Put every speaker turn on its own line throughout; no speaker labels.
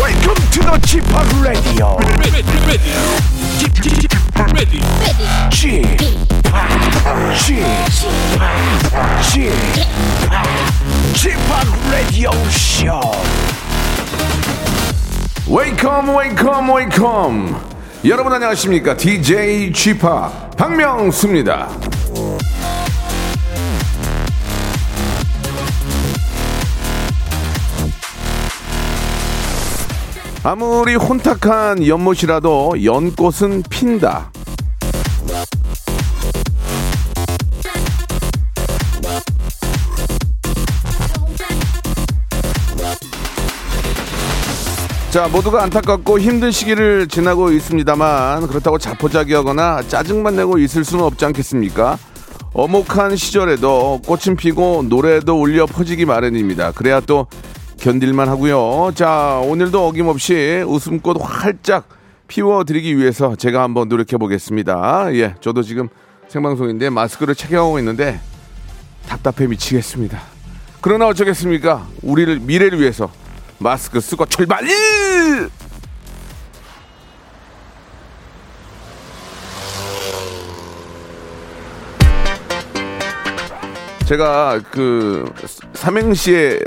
Welcome to the Chip Radio.
ready, ready, Chip, chip, chip, ready,
Chip, Chip, Chip, Chip Radio Show.
웨이컴 웨이컴 웨이컴 여러분 안녕하십니까 DJ 지파 박명수입니다 아무리 혼탁한 연못이라도 연꽃은 핀다 자, 모두가 안타깝고 힘든 시기를 지나고 있습니다만 그렇다고 자포자기하거나 짜증만 내고 있을 수는 없지 않겠습니까? 어목한 시절에도 꽃은 피고 노래도 울려 퍼지기 마련입니다. 그래야 또 견딜만 하고요. 자, 오늘도 어김없이 웃음꽃 활짝 피워드리기 위해서 제가 한번 노력해 보겠습니다. 예, 저도 지금 생방송인데 마스크를 착용하고 있는데 답답해 미치겠습니다. 그러나 어쩌겠습니까? 우리를 미래를 위해서 마스크 쓰고 출발! 제가 그 삼행시의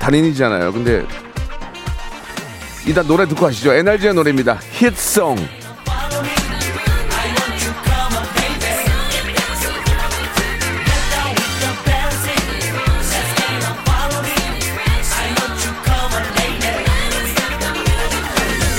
단인이잖아요. 근데 일단 노래 듣고 하시죠. NRG의 노래입니다. 히트송.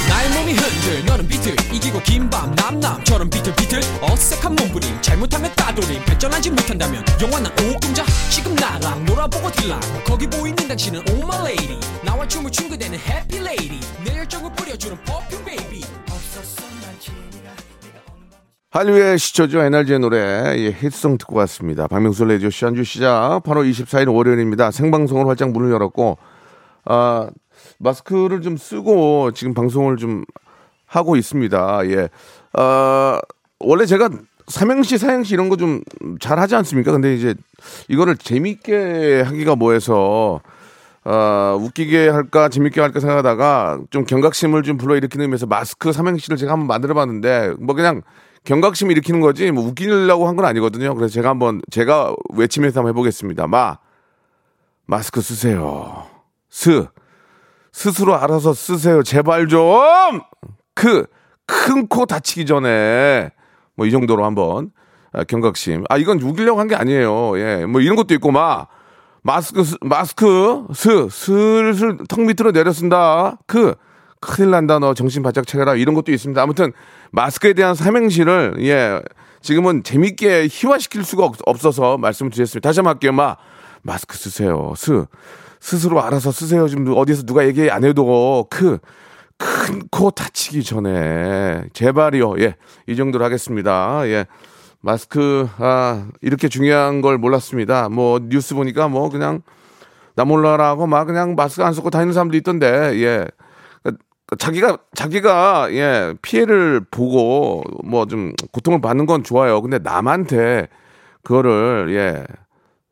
나의 몸이 흔들 너는 비틀 이기고 긴밤 남남처럼 비틀비틀 어색한 몸부림 잘못하면 따돌림 발전하지 못한다면 영원한 오금자 지금 나랑 놀아보고 딜랑 거기 보이는 당신은 Oh my lady 나와 춤을 춘 그대는 happy lady 내 열정을 뿌려주는 perfume baby
한류의 시초죠. NRG의 노래. 예, 히트송 듣고 왔습니다. 박명수 레디오 시한주 시작. 8월 24일 월요일입니다. 생방송을 활짝 문을 열었고, 아, 마스크를 좀 쓰고 지금 방송을 좀 하고 있습니다. 예. 아, 원래 제가 삼행시, 사행시 이런 거 좀 잘 하지 않습니까? 근데 이제 이거를 재밌게 하기가 뭐해서 아, 웃기게 할까 재밌게 할까 생각하다가 좀 경각심을 좀 불러일으키는 의미에서 마스크 삼행시를 제가 한번 만들어봤는데 뭐 그냥 경각심 일으키는 거지 뭐 웃기려고 한 건 아니거든요. 그래서 제가 한번 제가 외치면서 한번 해보겠습니다. 마 마스크 쓰세요. 스 스스로 알아서 쓰세요. 제발 좀. 크, 그 큰 코 다치기 전에. 뭐, 이 정도로 한번. 아, 경각심. 아, 이건 우기려고 한 게 아니에요. 예. 뭐, 이런 것도 있고, 마. 마스크, 쓰- 마스크, 스, 슬슬 턱 밑으로 내려 쓴다. 크, 큰일 난다. 너 정신 바짝 차려라. 이런 것도 있습니다. 아무튼, 마스크에 대한 삼행시를, 예. 지금은 재밌게 희화시킬 수가 없, 없어서 말씀을 드렸습니다. 다시 한번 할게요, 마. 마스크 쓰세요. 스. 스스로 알아서 쓰세요. 지금 어디서 누가 얘기 안 해도 그 크. 큰 코 다치기 전에 제발이요. 예. 이 정도로 하겠습니다. 예. 마스크 아, 이렇게 중요한 걸 몰랐습니다. 뭐 뉴스 보니까 뭐 그냥 나 몰라라고 막 그냥 마스크 안 쓰고 다니는 사람도 있던데. 예. 그러니까 자기가 자기가 예 피해를 보고 뭐 좀 고통을 받는 건 좋아요. 근데 남한테 그거를 예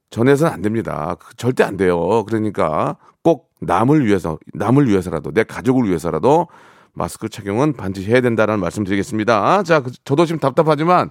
전해서는 안 됩니다. 그- 절대 안 돼요. 그러니까 꼭 남을 위해서, 남을 위해서라도, 내 가족을 위해서라도 마스크 착용은 반드시 해야 된다라는 말씀드리겠습니다. 자, 그- 저도 지금 답답하지만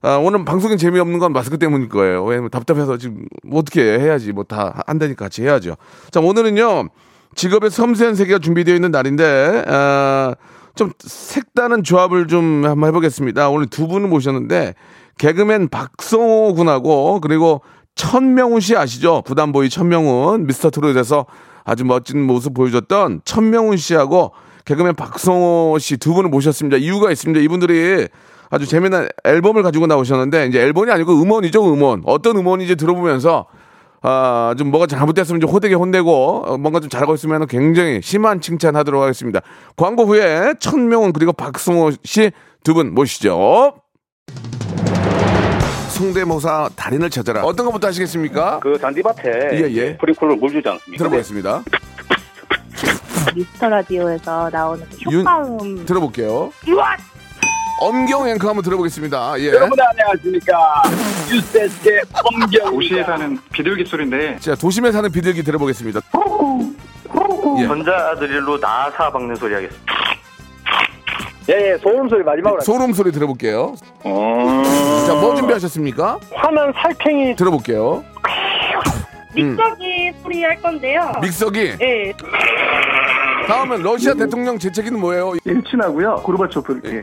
아, 오늘 방송이 재미없는 건 마스크 때문일 거예요. 왜냐면 답답해서 지금 뭐 어떻게 해야지 뭐 다 한다니까 같이 해야죠. 자, 오늘은요. 직업의 섬세한 세계가 준비되어 있는 날인데 아, 좀 색다른 조합을 좀 한번 해보겠습니다. 오늘 두 분을 모셨는데 개그맨 박성호 군하고 그리고 천명훈 씨 아시죠? 부담보이 천명훈 미스터 트롯에서 아주 멋진 모습 보여줬던 천명훈 씨하고 개그맨 박성호 씨 두 분을 모셨습니다. 이유가 있습니다. 이분들이 아주 재미난 앨범을 가지고 나오셨는데 이제 앨범이 아니고 음원이죠 음원 어떤 음원인지 들어보면서 아, 좀 뭐가 잘못됐으면 좀 호되게 혼내고 어, 뭔가 좀 잘하고 있으면 굉장히 심한 칭찬하도록 하겠습니다. 광고 후에 천명훈 그리고 박승호 씨 두 분 모시죠. 성대모사 달인을 찾아라. 어떤 것부터 하시겠습니까?
그 잔디밭에
예, 예.
프리콜로 물 주지 않습니까?
들어보겠습니다.
미스터 라디오에서 나오는 그 효과음
들어볼게요. 엄경 앵커 한번 들어보겠습니다. 예.
여러분 안녕하십니까 뉴스데스크의 엄경입니다
도시에 사는 비둘기 소리인데
자, 도심에 사는 비둘기 들어보겠습니다. 예.
전자드릴로 나사 박는 소리 하겠습니다.
예, 예, 소음 소리 마지막으로. 할게요.
소름 소리 들어볼게요.
어...
자, 뭐 준비하셨습니까?
음. 화난 살쾡이
들어볼게요.
믹서기 소리 할 건데요.
아.
믹서기.
예.
다음은 러시아 대통령 제책기는 뭐예요?
일친하고요. 고르바초프. 예.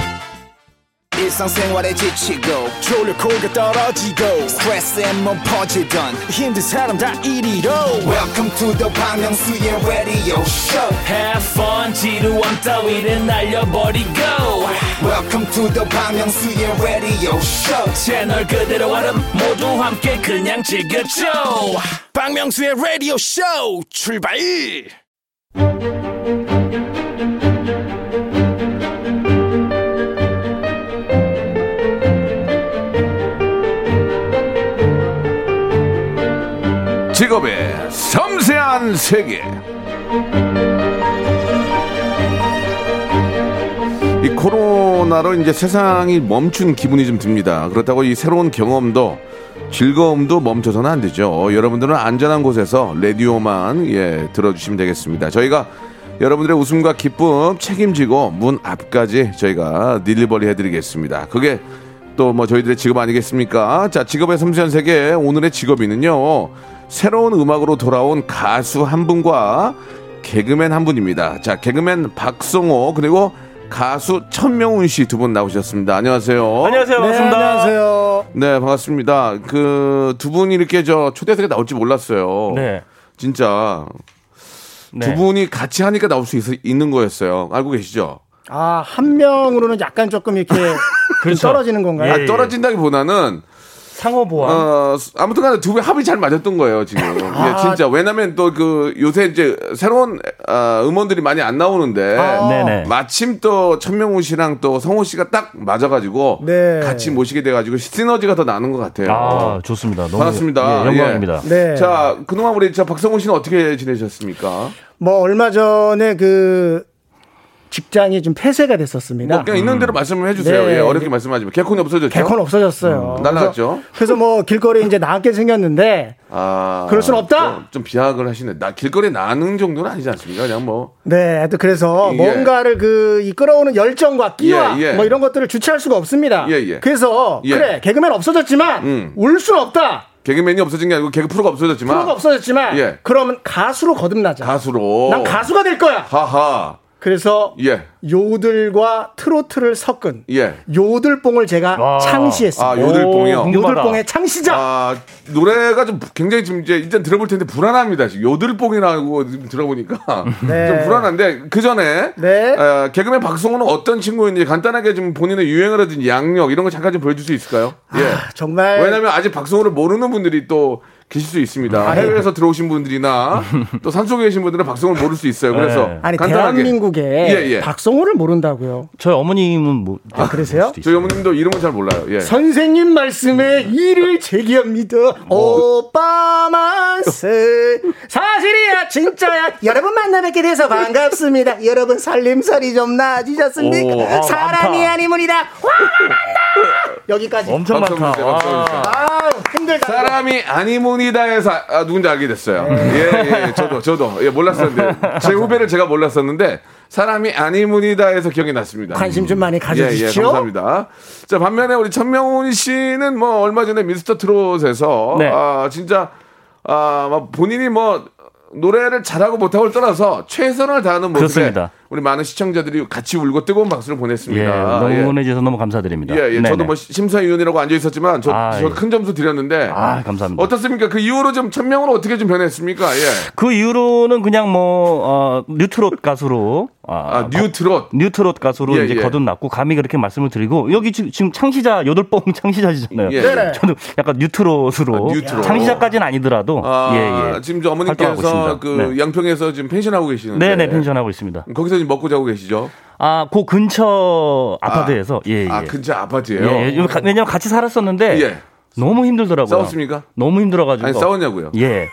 일상생활에 지치고, 졸려 코가 떨어지고, 스트레스에 몸 퍼지던, 힘든 사람 다 이리로. welcome to the Bang Myung-soo's radio show
Have fun 지루한 따위를 날려버리고
welcome to the Bang Myung-soo's radio show
채널 그대로 얼음 모두 함께 그냥 즐겨줘 박명수의 라디오 쇼 출발
직업의 섬세한 세계. 이 코로나로 이제 세상이 멈춘 기분이 좀 듭니다. 그렇다고 이 새로운 경험도 즐거움도 멈춰서는 안 되죠. 여러분들은 안전한 곳에서 라디오만 예, 들어주시면 되겠습니다. 저희가 여러분들의 웃음과 기쁨 책임지고 문 앞까지 저희가 딜리버리 해드리겠습니다. 그게 또 뭐 저희들의 직업 아니겠습니까? 자, 직업의 섬세한 세계 오늘의 직업인은요. 새로운 음악으로 돌아온 가수 한 분과 개그맨 한 분입니다. 자, 개그맨 박성호 그리고 가수 천명훈 씨 두 분 나오셨습니다. 안녕하세요.
안녕하세요. 반갑습니다.
네, 반갑습니다. 그 두 분이 이렇게 저 초대석에 나올지 몰랐어요.
네.
진짜
네.
두 분이 같이 하니까 나올 수 있, 있는 거였어요. 알고 계시죠?
아, 한 명으로는 약간 조금 이렇게 좀 떨어지는 건가요?
예.
아, 떨어진다기보다는
상호 보완.
어, 아무튼 간에 두 분 합이 잘 맞았던 거예요, 지금. 예, 진짜. 왜냐면 또 그 요새 이제 새로운 아, 음원들이 많이 안 나오는데
네네.
마침 또 천명훈 씨랑 또 성호 씨가 딱 맞아가지고
네.
같이 모시게 돼가지고 시너지가 더 나는 것 같아요.
아, 좋습니다. 너무
반갑습니다.
예, 영광입니다.
예.
네.
자, 그동안 우리 저 박성호 씨는 어떻게 지내셨습니까?
뭐 얼마 전에 그 직장이 좀 폐쇄가 됐었습니다.
뭐 그냥 있는 대로 말씀을 해주세요.
네.
예, 어렵게 말씀하지 마. 개콘이 없어졌죠.
개콘 없어졌어요.
음, 날라갔죠?
그래서, 그래서 뭐 길거리에 이제 나앉게 생겼는데
아,
그럴 순 없다?
좀, 좀 비하를 하시네. 나 길거리 나는 정도는 아니지 않습니까? 그냥 뭐
네, 하여튼 그래서
예.
뭔가를 그 이끌어오는 열정과 끼와
예, 예.
뭐 이런 것들을 주체할 수가 없습니다.
예, 예.
그래서
예.
그래 개그맨 없어졌지만
음.
울 순 없다.
개그맨이 없어진 게 아니고 개그 프로가 없어졌지만
프로가 없어졌지만
예.
그러면 가수로 거듭나자.
가수로
난 가수가 될 거야.
하하
그래서
예.
요들과 트로트를 섞은
예.
요들뽕을 제가
와.
아,
창시했습니다.
요들뽕이요.
오,
요들뽕의 창시자.
아, 노래가 좀 굉장히 지금 이제 일단 들어볼 텐데 불안합니다. 지금 요들뽕이라고 지금 들어보니까
네.
좀 불안한데 그 전에
네.
에, 개그맨 박성호는 어떤 친구인지 간단하게 좀 본인의 유행이라든지 양력 이런 거 잠깐 좀 보여줄 수 있을까요? 예.
아, 정말
왜냐면 아직 박성호를 모르는 분들이 또 계실 수 있습니다. 해외에서 들어오신 분들이나 또 산속에 계신 분들은 박성호를 모를 수 있어요. 그래서
네.
아니
간단하게
대한민국에
예, 예.
박성호를 모른다고요.
저희 어머님은 뭐
아, 그러세요?
저희 어머님도 이름을 잘 몰라요. 예.
선생님 말씀에 이를 제기합니다.
뭐.
오빠만 세 사실이야 진짜야. 여러분 만나 뵙게 돼서 반갑습니다. 여러분 살림살이 좀 나아지셨습니까?
오, 아,
사람이
많다.
아니문이다. 와 만나 여기까지.
엄청
박수 한번
많다.
주세요, 박수 한번 주세요.
아 힘들다.
사람이 아니문이다에서 아- 아, 누군지 알게 됐어요.
네.
예, 예, 저도, 저도. 예, 몰랐었는데. 제 후배를 제가 몰랐었는데, 사람이 아니문이다에서 기억이 났습니다.
관심 좀 많이
예, 예,
가져주시죠.
감사합니다. 자, 반면에 우리 천명훈 씨는 뭐 얼마 전에 미스터 트롯에서,
네.
아, 진짜, 아, 막 본인이 뭐, 노래를 잘하고 못하고를 떠나서 최선을 다하는 모습에
그렇습니다.
우리 많은 시청자들이 같이 울고 뜨거운 박수를
예,
보냈습니다.
너무 응원해주셔서 너무 감사드립니다.
예, 예.
네네.
저도 뭐 심사위원이라고 앉아 있었지만 저,
아,
저
예.
큰 점수 드렸는데
아, 감사합니다.
어떻습니까? 그 이후로 좀 천명으로 어떻게 좀 변했습니까? 예.
그 이후로는 그냥 뭐 어, 뉴트롯 가수로 아,
아, 뉴트롯.
뉴트롯 가수로
예,
이제
예.
거듭났고 감히 그렇게 말씀을 드리고 여기 지- 지금 창시자 여덟뽕 창시자시잖아요.
예. 네네.
저는 약간 뉴트롯으로
아, 뉴트롯.
창시자까지는 아니더라도
아,
예, 예.
지금 저
활동하고 있습니다.
어머님께서 그
네.
양평에서 지금 펜션하고 계시는데.
네네 펜션하고 있습니다.
거기서 지금 먹고 자고 계시죠?
아, 그 근처 아파트에서 예, 예.
아, 근처 아파트예요
예, 예. 왜냐면 같이 살았었는데
예.
너무 힘들더라고요.
싸웠습니까?
너무 힘들어가지고.
아니, 싸웠냐고요?
예.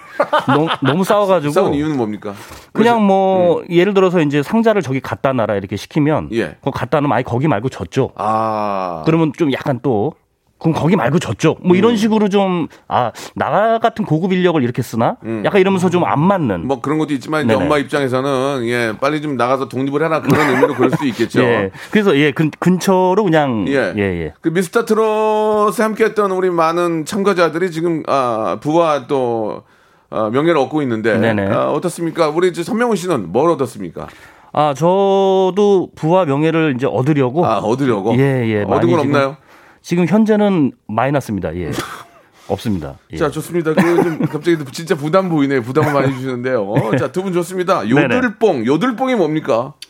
너무, 너무 싸워가지고.
싸운 이유는 음. 뭡니까?
그냥 뭐 예를 들어서 이제 상자를 저기 갖다 놔라 이렇게 시키면 그거 갖다 놓으면 아예 거기 말고 저쪽.
아.
그러면 좀 약간 또 그럼 거기 말고 저쪽.
음.
뭐 이런 식으로 좀 아, 나 같은 고급 인력을 이렇게 쓰나?
음.
약간 이러면서 좀 안 맞는.
뭐 그런 것도 있지만 이제
네네.
엄마 입장에서는 예 빨리 좀 나가서 독립을 해라 그런 의미로 그럴 수도 있겠죠.
예. 그래서 예, 근, 근처로 그냥
예.
예, 예.
그 미스터 트롯에 함께했던 우리 많은 참가자들이 지금 아, 부와 또 아, 명예를 얻고 있는데
네네.
아, 어떻습니까? 우리 이제 선명훈 씨는 뭘 얻었습니까?
아, 저도 부와 명예를 이제 얻으려고.
아, 얻으려고?
예, 예.
얻은
많이
건
지금-
없나요?
지금 현재는 마이너스입니다. 예. 없습니다. 예.
자 좋습니다. 그좀 갑자기 진짜 부담 보이네요. 부담을 많이 주시는데요. 어, 자 두 분 좋습니다.
네네.
요들뽕 요들뽕이 뭡니까?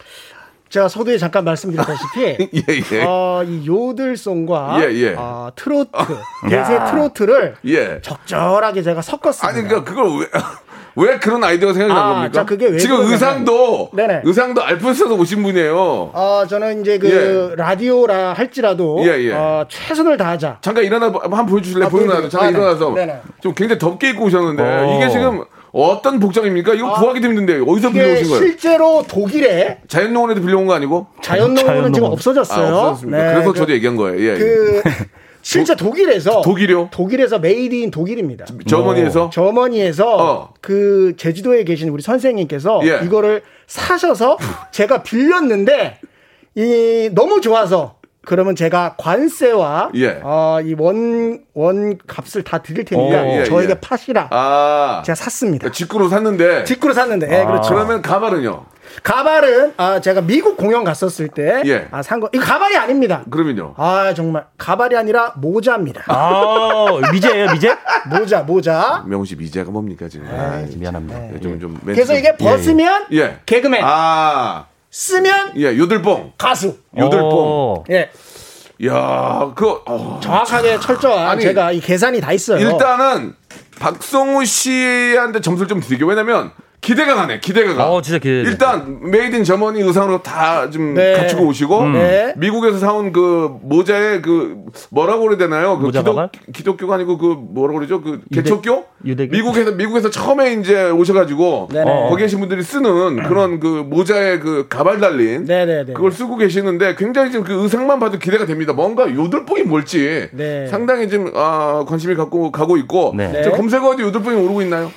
제가 서두에 잠깐 말씀드렸다시피
예 예.
어, 이 요들송과
예, 예.
어, 트로트
야.
대세 트로트를
예.
적절하게 제가 섞었습니다.
아니 그러니까 그걸 왜, 왜 그런 아이디어가 생각이
아,
난 겁니까?
자, 그게 왜
지금
그러냐면-
의상도
네네.
의상도 알프스에서 오신 분이에요.
어, 저는 이제 그 라디오라 할지라도
예, 예.
어, 최선을 다하자.
잠깐 일어나 봐. 한번 보여주실래?
아,
요 보여나서
보여드릴게요.
잠깐
아, 네.
일어나서
네네.
좀 굉장히 덥게 입고 오셨는데
어.
이게 지금 어떤 복장입니까? 이거 구하기도 힘든데 어디서
아. 이게
빌려오신 거예요?
실제로 독일에
자연농원에도 빌려온 거 아니고?
자연농원은 지금 없어졌어요.
아, 없어졌습니까?
네,
그래서
그-
저도 얘기한 거예요. 예, 예.
그 실제 독일에서
독일이요? 아,
독일에서 메이드인 독일입니다.
저머니에서?
오. 그 뭐, 저머니에서 그 제주도에 계신 우리 선생님께서
어. 예.
이거를 사셔서 제가 빌렸는데 이 너무 좋아서 그러면 제가 관세와
예.
어, 이원 원값을 다 드릴 테니까
오, 예,
저에게
예.
파시라.
아.
제가 샀습니다.
직구로 샀는데.
직구로 샀는데.
아.
예, 그렇죠.
그러면 가발은요?
가발은 아 제가 미국 공연 갔었을 때
예.
아, 산 거. 이거 가발이 아닙니다.
그러면요?
아 정말 가발이 아니라 모자입니다.
아 미제예요 미제?
모자 모자.
명훈 씨 미제가 뭡니까 지금? 아,
미안합니다.
좀, 좀 멘트
그래서
좀-
네. 이게 벗으면
예, 예.
개그맨.
아.
쓰면
예, 요들뽕.
가수.
어.
요들뽕.
예
야, 그 어.
정확하게 철저한
아니,
제가 이 계산이 다 있어요.
일단은 박성우 씨한테 점수를 좀 드릴게요. 왜냐면 기대가 가네. 기대가 가.
아,
어,
진짜 기대.
일단 메이드 인 저머니 의상으로 다 좀
네.
갖추고 오시고
음. 네.
미국에서 사온 그 모자에 그 뭐라고 그래야 되나요? 그 기독, 기독교가 아니고 그 뭐라고 그러죠? 그 개척교?
유대교?
미국에서 미국에서 처음에 이제 오셔 가지고
네네.
거기 계신 분들이
음.
쓰는 그런 그 모자에 그 가발 달린
네네네.
그걸 쓰고 계시는데 굉장히 지금 그 의상만 봐도 기대가 됩니다. 뭔가 요들뽕이 뭘지
네.
상당히 지금 아, 관심이 갖고 가고 있고
네.
지금 검색어도 요들뽕이 오르고 있나요?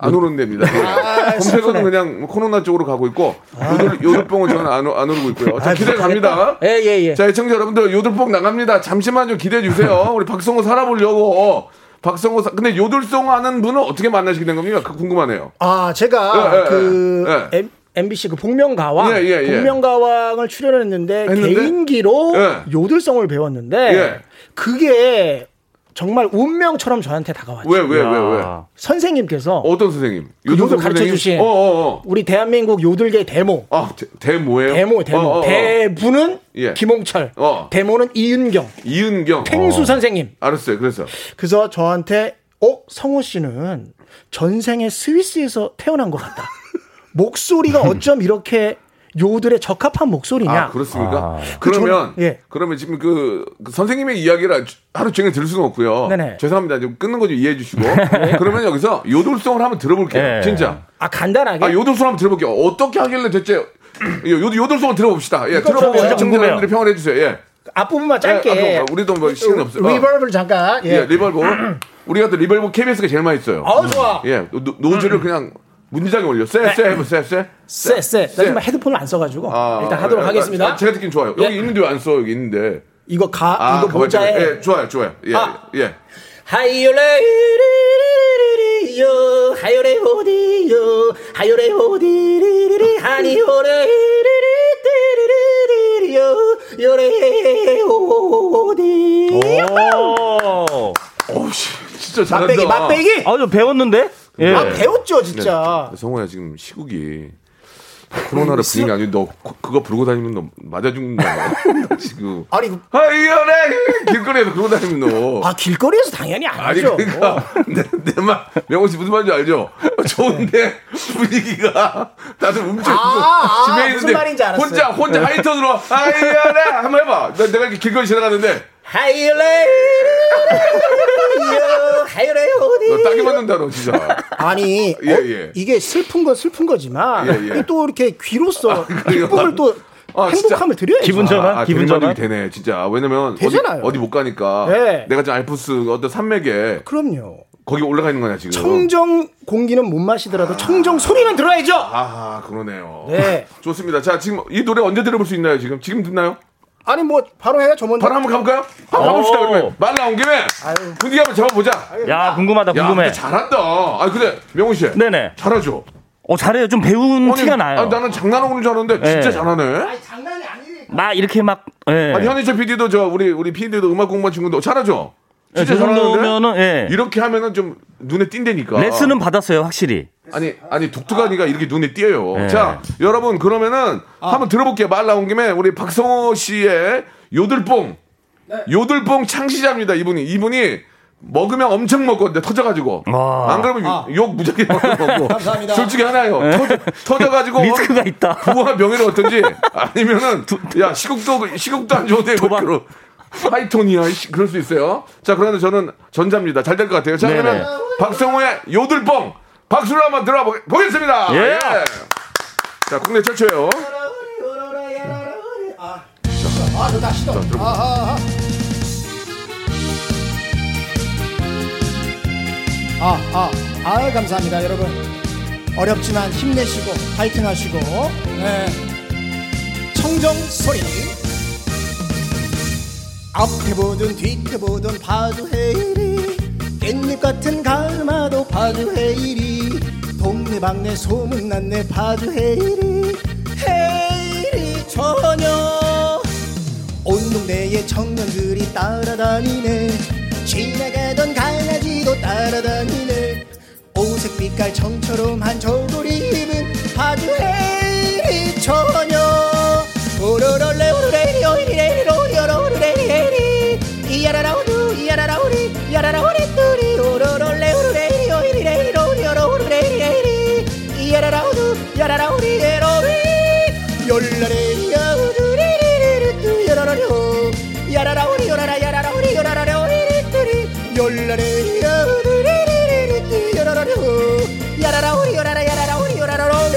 안 오르는 데입니다. 예. 검색어는 그냥 코로나 쪽으로 가고 있고 요들, 요들뽕은 저는 안, 오- 안 오르고 있고요. 자,
아,
기대 갑니다.
예, 예, 예.
자, 시청자 여러분들 요들뽕 나갑니다. 잠시만 좀 기대해 주세요. 우리 박성호 살아보려고 박성호 사, 근데 요들송 하는 분은 어떻게 만나시게 된 겁니까? 그 궁금하네요.
아, 제가
예, 예,
그
예.
M- MBC 그 복면가왕,
예, 예, 예.
복면가왕을 출연했는데,
했는데?
개인기로
예.
요들성을 배웠는데
예.
그게 정말 운명처럼 저한테 다가왔죠.
왜, 왜, 왜, 왜?
선생님께서
어떤 선생님?
그 요들 가르쳐
선생님?
주신
어, 어, 어.
우리 대한민국 요들계 데모.
아, 대, 대모예요?
데모, 데모.
어, 어, 어.
대부는
예.
김홍철,
어.
데모는 이윤경.
이은경.
탱수 선생님.
알았어요. 그래서.
그래서 저한테 어 성호 씨는 전생에 스위스에서 태어난 것 같다. 목소리가 어쩜 이렇게 요들에 적합한 목소리냐?
아, 그렇습니까?
그
그러면
저는- 예.
그러면 지금 그, 그 선생님의 이야기를 아주- 하루 종일 들을 수는 없고요.
네네. 네.
죄송합니다. 좀 끊는 거 좀 이해해 주시고. 그러면 여기서 요돌송을 한번 들어볼게요.
예.
진짜.
아 간단하게.
아, 요돌송 한번 들어볼게요. 어떻게 하길래 대체 요, 요돌송을 들어봅시다. 예,
이거
들어보고
진짜
시청자
궁금해요.
여러분들이 평을 해주세요. 예.
아, 앞부분만 짧게.
예, 아, 그럼 우리도 뭐 시간 없어요. 어.
리버브를 잠깐. 예.
예, 리벌보. 우리가 또 리벌보 KBS가 제일 많이 써요.
아, 좋아. 음.
예, 노- 노즈를 그냥 문지장에 올려. 쎄,
네.
쎄, 해보, 쎄, 쎄.
쎄, 쎄. 나 지금 헤드폰을 안 써가지고 일단 하도록
아,
하겠습니다.
아, 제가 듣긴 좋아요. 여기 있는데 왜 안 써? 여기 있는데.
이거 가, 이거
가만히
모자에-
있어요. 예, 좋아요, 좋아요. 예,
아.
예.
하이올레이리리리요 하이올레 호디요 하이올레 호디리리리 하니올레이리리리리요 요레 호디
오.
진짜
맛배기, 잘한다. 맛배기!
아저 배웠는데? 예.
아 배웠죠 진짜 음,
네. 성호야 지금 시국이 코로나로 분위기 아니 너 그- 그거 부르고 다니면 너 맞아 죽는다. 지금.
아니 그-
하이올레 길거리에서 그러고 다니면 너.
아 길거리에서 당연히
아니
알죠 어.
그러니까 내말 명호 씨 무슨 말인지 알죠? 좋은데 분위기가 다들 움찔
아, 아,
집에
무슨
있는데
말인지 알았어요. 네.
혼자 혼자 하이톤으로 아이야래 한번 해봐. 나- 내가 이렇게 길거리 지나가는데
하이올레이리리리
너 따기 맞는다 너 진짜.
아니
예,
어,
예.
이게 슬픈 건 슬픈 거지만
예, 예.
이또 이렇게 귀로서
그래요?
기쁨을 또
아, 진짜.
행복함을 드려야죠.
아, 아, 대리만족이 되네 진짜. 왜냐면
되잖아요.
어디, 어디 못 가니까.
네.
내가 지금 알프스 어떤 산맥에
그럼요.
거기 올라가 있는 거냐 지금.
청정 공기는 못 마시더라도 청정 소리는 들어야죠.
아 그러네요.
네.
좋습니다. 자 지금 이 노래 언제 들어볼 수 있나요 지금? 지금 듣나요?
아니 뭐 바로 해요 저 먼저.
바로 한번 가볼까요? 한번 가봅시다 그러면 말 나온 김에 분위기 한번 잡아보자.
야 궁금하다
야,
궁금해.
근데 잘한다. 아 근데 명훈 씨.
네네.
잘하죠.
어 잘해요. 좀 배운
아니,
티가 나요.
아니, 나는 장난하고는 잘하는데
네.
진짜 잘하네.
막 이렇게 막. 예.
아니 현희철 PD도 저 우리 우리 PD도 음악 공부한 친구도 잘하죠.
예,
진짜
저 정도면은,
잘하는데
예.
이렇게 하면은 좀 눈에 띈다니까.
레슨은 받았어요 확실히.
아니 아니 독특하니까 이렇게 눈에 띄어요.
예.
자 여러분 그러면은
아.
한번 들어볼게요. 말 나온 김에 우리 박성호 씨의 요들뽕
네.
요들뽕 창시자입니다. 이분이 이분이 먹으면 엄청 먹거든요. 터져가지고
아.
안 그러면 욕 무지하게 먹고
아. 감사합니다.
둘 중에 하나예요. 터져, 가지고
리스크가 있다.
부와 명예를 얻든지 아니면은 야 시국도 시국도 안 좋은데 도박 로 하이톤이야 씨, 그럴 수 있어요. 자 그런데 저는 전자입니다. 잘 될 것 같아요. 자 그러면
네네.
박성호의 요들뽕 박수로 한번 들어보겠습니다.
예.
자 국내 최초예요.
아 좋다 시도.
자, 들어보세요.
아, 아, 아. 아, 아, 아유, 감사합니다 여러분. 어렵지만 힘내시고 파이팅하시고 네. 청정 소리. 앞에 보든 뒤에 보든 파주해일이 깻잎 같은 가마도 파주해일이 동네방네 소문난 내 파주해일이 해일이 전혀 온 동네에 청년들이 따라다니네 지나가던 강아지도 따라다니네 오색빛깔 청처럼한 저고리 입은 파주해리 처녀 오로롤레 오로레리 오리레리 오리오로레리 이야라라오루 이야라라오리 이야라라오리 뚜리 오로롤레 오로레리 오리레리 오리오로레리 이야라라오루 이야라라오리 에로리 열라레리 야우루리리리 뚜 열라라오 야라라오리 열라라 야라라오리 열라라오 이리 뚜리 열라레리 야우루리리리 뚜 열라라오 야라라오리 열라라 야라라오리 열라라오리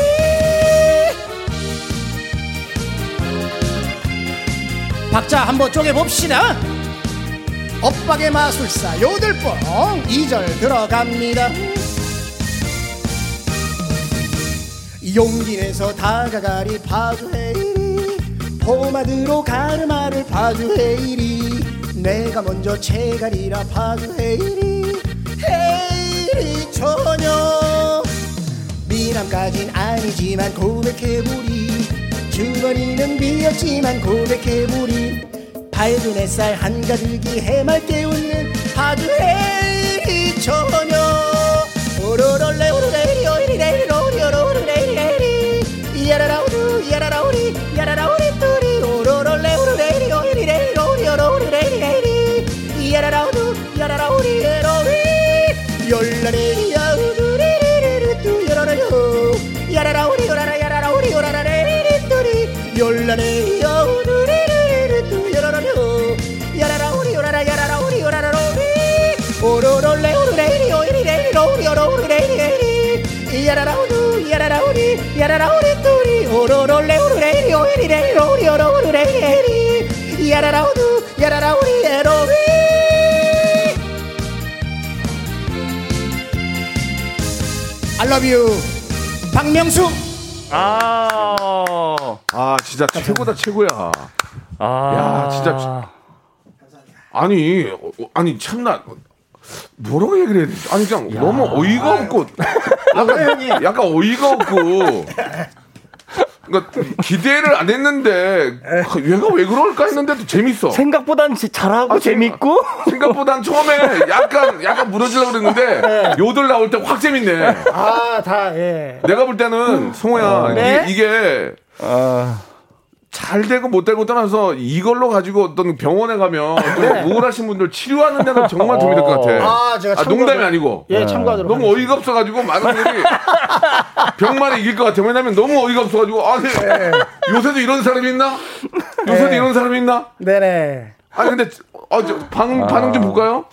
박자 한번 쪼개봅시다. 엇박의 마술사 요들뽕 2절 들어갑니다. 용기 내서 다가가리 파주해이리 포마드로 가르마를 파주해이리 내가 먼저 채가리라 파주해이리 헤이리 처녀 미남까진 아니지만 고백해보리 주머니는 미였지만 고백해보리 밝은 햇살 한가득이 해맑게 웃는 파주해이 처녀 오로롤레 오로레리 오리레리 오리오로레리 이야라라우루 이야라라우리 이야라라우리 뚜리 오로롤레 오로레리 오리레리 오리오로레리 이야라라우루 이야라라우리 에로리 열라레리 야우두리리리리 뚜 열어라요 야라라우리 요라라 야라라우리 요라라레리 뚜리 열라레 야우두리리리리 뚜 열어라요 야라라우리 요라라 야라라우리 요라라로리 오로롤레 오로레리 오리레리 로리 오로레리 야라라우루 야라라우리 야라라우리 뚜리 오로롤레 오로레리 오리레리 로리 오로레리 야라라우루 야라라우리 에로리 I love you. 박명수.
아.
아 진짜 최고다 최고야. 야 진짜 아니 어, 아니 참나 뭐라고 얘기를 해야 되지? 아니 그냥 너무 어이가 없고
아,
약간, 약간 어이가 없고 그러니까 기대를 안 했는데 아, 얘가 왜 그럴까 했는데도 재밌어. 아,
생각보단 지- 잘하고 재밌고
생각보단 처음에 약간 약간 무너지려고
네.
그랬는데 요들 나올 때 확 재밌네.
아, 다, 예.
내가 볼 때는 성호야
네?
이, 게잘 되고 못 되고 떠나서 이걸로 가지고 어떤 병원에 가면 좀 우울하신 분들 치료하는 데는 정말 도움이 될 것 같아.
아, 제가 참고하도록-
농담이 아니고.
예, 참고하도록
너무 어이가 없어가지고 많은 분들이 병만 이길 것 같아. 왜냐면 너무 어이가 아, 네. 없어가지고 아니 요새도 이런 사람이 있나? 요새도 이런 사람이 있나?
네네.
아니 근데 어, 저 반응 반응 좀
아.
볼까요?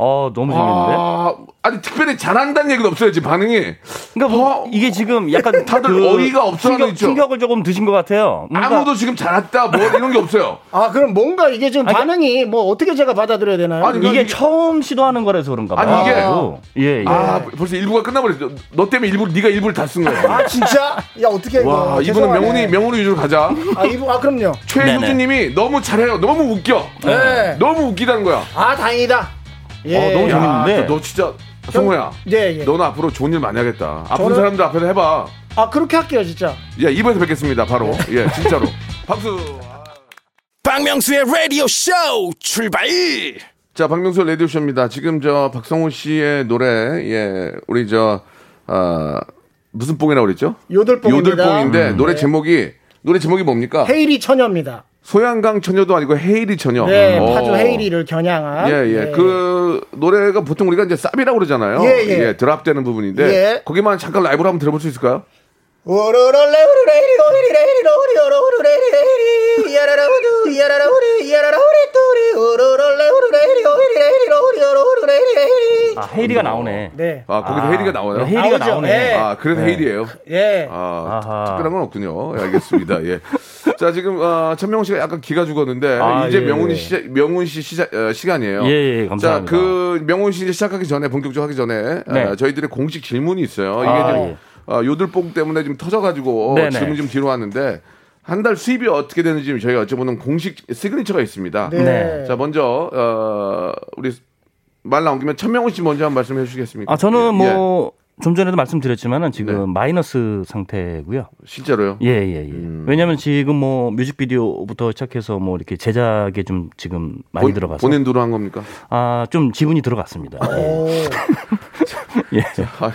어 너무 재밌는데.
아, 아니 특별히 잘한다는 얘기도 없어요 지금 반응이.
그러니까 뭐 이게 지금 약간 그
다들 어이가 없어 하는
충격,
있죠?
충격을 조금 드신 것 같아요. 그러니까
아무도 지금 잘했다 뭐 이런 게 없어요.
아 그럼 뭔가 이게 지금
아니,
반응이 뭐 어떻게 제가 받아들여야 되나요?
이게 처음 시도하는 거라서 그런가 봐요.
아니, 이게-
그래도. 예, 예.
아
네.
벌써 일부가 끝나버렸어. 너 때문에 일부 네가 일부를 다 쓴 거야.
아 진짜? 야 어떻게 이거?
와 이분은
죄송하네.
명훈이 명훈이 위주로 가자.
아 이분 아 그럼요.
최효주님이 너무 잘해요. 너무 웃겨.
네.
너무 웃기다는 거야.
아 다행이다. 예.
어, 너무
야,
재밌는데. 너 진짜 성호야.
예, 예.
너는 앞으로 좋은 일 많이 하겠다. 아픈
저는-
사람들 앞에서 해봐.
아 그렇게 할게요 진짜.
예, 입에서 뵙겠습니다. 바로. 예, 진짜로. 박수.
박명수의 라디오 쇼 출발.
자, 박명수 레디오쇼입니다. 지금 저 박성호 씨의 노래, 예, 우리 저, 아, 무슨 뽕이라고 그랬죠?
요들뽕입니다.
요들뽕인데
음.
노래
네.
제목이, 노래 제목이 뭡니까?
헤이리 처녀입니다.
소양강 처녀도 아니고 헤이리 처녀.
네,
음.
파주
어.
헤이리를 겨냥한.
예, 예.
예.
그 노래가 보통 우리가 이제 쌉이라고 그러잖아요.
예, 예.
드랍되는 부분인데
예.
거기만 잠깐 라이브로 한번 들어볼 수 있을까요?
오로로레 오로레리 오리레 리로 오리 오로 오로레리 리리 야라라우두 야라라우리 야라라우리 뚜리 오로로레 오로레리 오리레 리로 오리 오로 오로레리
아, 헤이리가 나오네.
네.
아, 거기서 헤이리가 나와요?
헤이리가
나오죠.
나오네.
예. 아, 그래서 헤일이에요.
예.
아, 특별한 건 없군요. 예, 알겠습니다. 예. 자, 지금 아, 천명훈 씨가 약간 기가 죽었는데
아,
이제
예.
명훈이 시 명훈 씨 시작 어, 시간이에요.
예, 예, 감사합니다.
자, 그 명훈 씨 이제 시작하기 전에 본격적으로 하기 전에
네.
아, 저희들의 공식 질문이 있어요. 이게
아,
지금
예.
아, 요들뽕 때문에 지금 터져가지고
네네.
질문 좀 뒤로 왔는데. 한 달 수입이 어떻게 되는지 지금 저희가 여쭤보는 공식 시그니처가 있습니다.
네. 네.
자, 뭐 먼저 어, 우리 말 나온 김에 천명훈 씨 먼저 한 말씀 해주시겠습니까?
아 저는
예, 예. 네.
뭐 좀 전에도 말씀드렸지만은 지금 마이너스 상태고요.
실제로요?
예, 예, 예.
음.
왜냐면 지금 뭐 뮤직비디오부터 시작해서 뭐 이렇게 제작에 좀 지금 많이
본-
들어가서
본인 도로 한 겁니까?
아, 좀 지분이 들어갔습니다. 예.
아,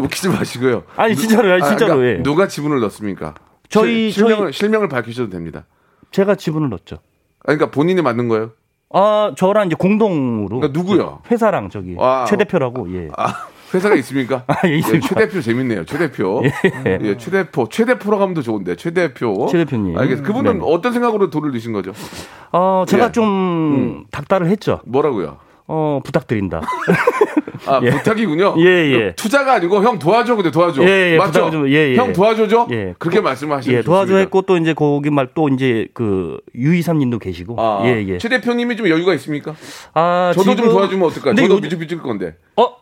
웃기지 마시고요.
아니,
누- 그러니까
진짜로요, 아니, 진짜로, 예.
누가 지분을 넣습니까?
저희-
실, 명을 실명을 밝히셔도 됩니다.
제가 지분을 넣었죠.
아, 그러니까 본인이 만든 거예요?
아, 저랑 이제 공동으로
그러니까 누구요?
회사랑 저기
아,
최 대표라고 예.
아, 회사가 있습니까?
예, 있습니다.
최 대표 재밌네요. 최 대표.
예.
예, 최 대표. 최 대표라고 하면 더 좋은데. 최 대표.
최 대표님.
알겠습니다. 그분은
네.
어떤 생각으로 돈을 넣으신 거죠?
어, 제가
예.
좀 닥달을 했죠.
뭐라고요?
어, 부탁드린다.
아,
예.
부탁이군요.
예, 예.
투자가 아니고 형 도와줘. 근데 도와줘.
예, 예,
맞죠?
부탁을 좀- 예, 예.
형 도와줘죠?
예.
그렇게 말씀하시면
예, 도와줘 했고 또 이제 거기 말 또 이제 그 유이삼님도 계시고.
아,
예, 예.
최 대표님이 좀 여유가 있습니까?
아,
저도 좀
지금-
도와주면 어떨까요?
근데
저도
요즘-
뮤직비디오 찍을 건데. 아,
어?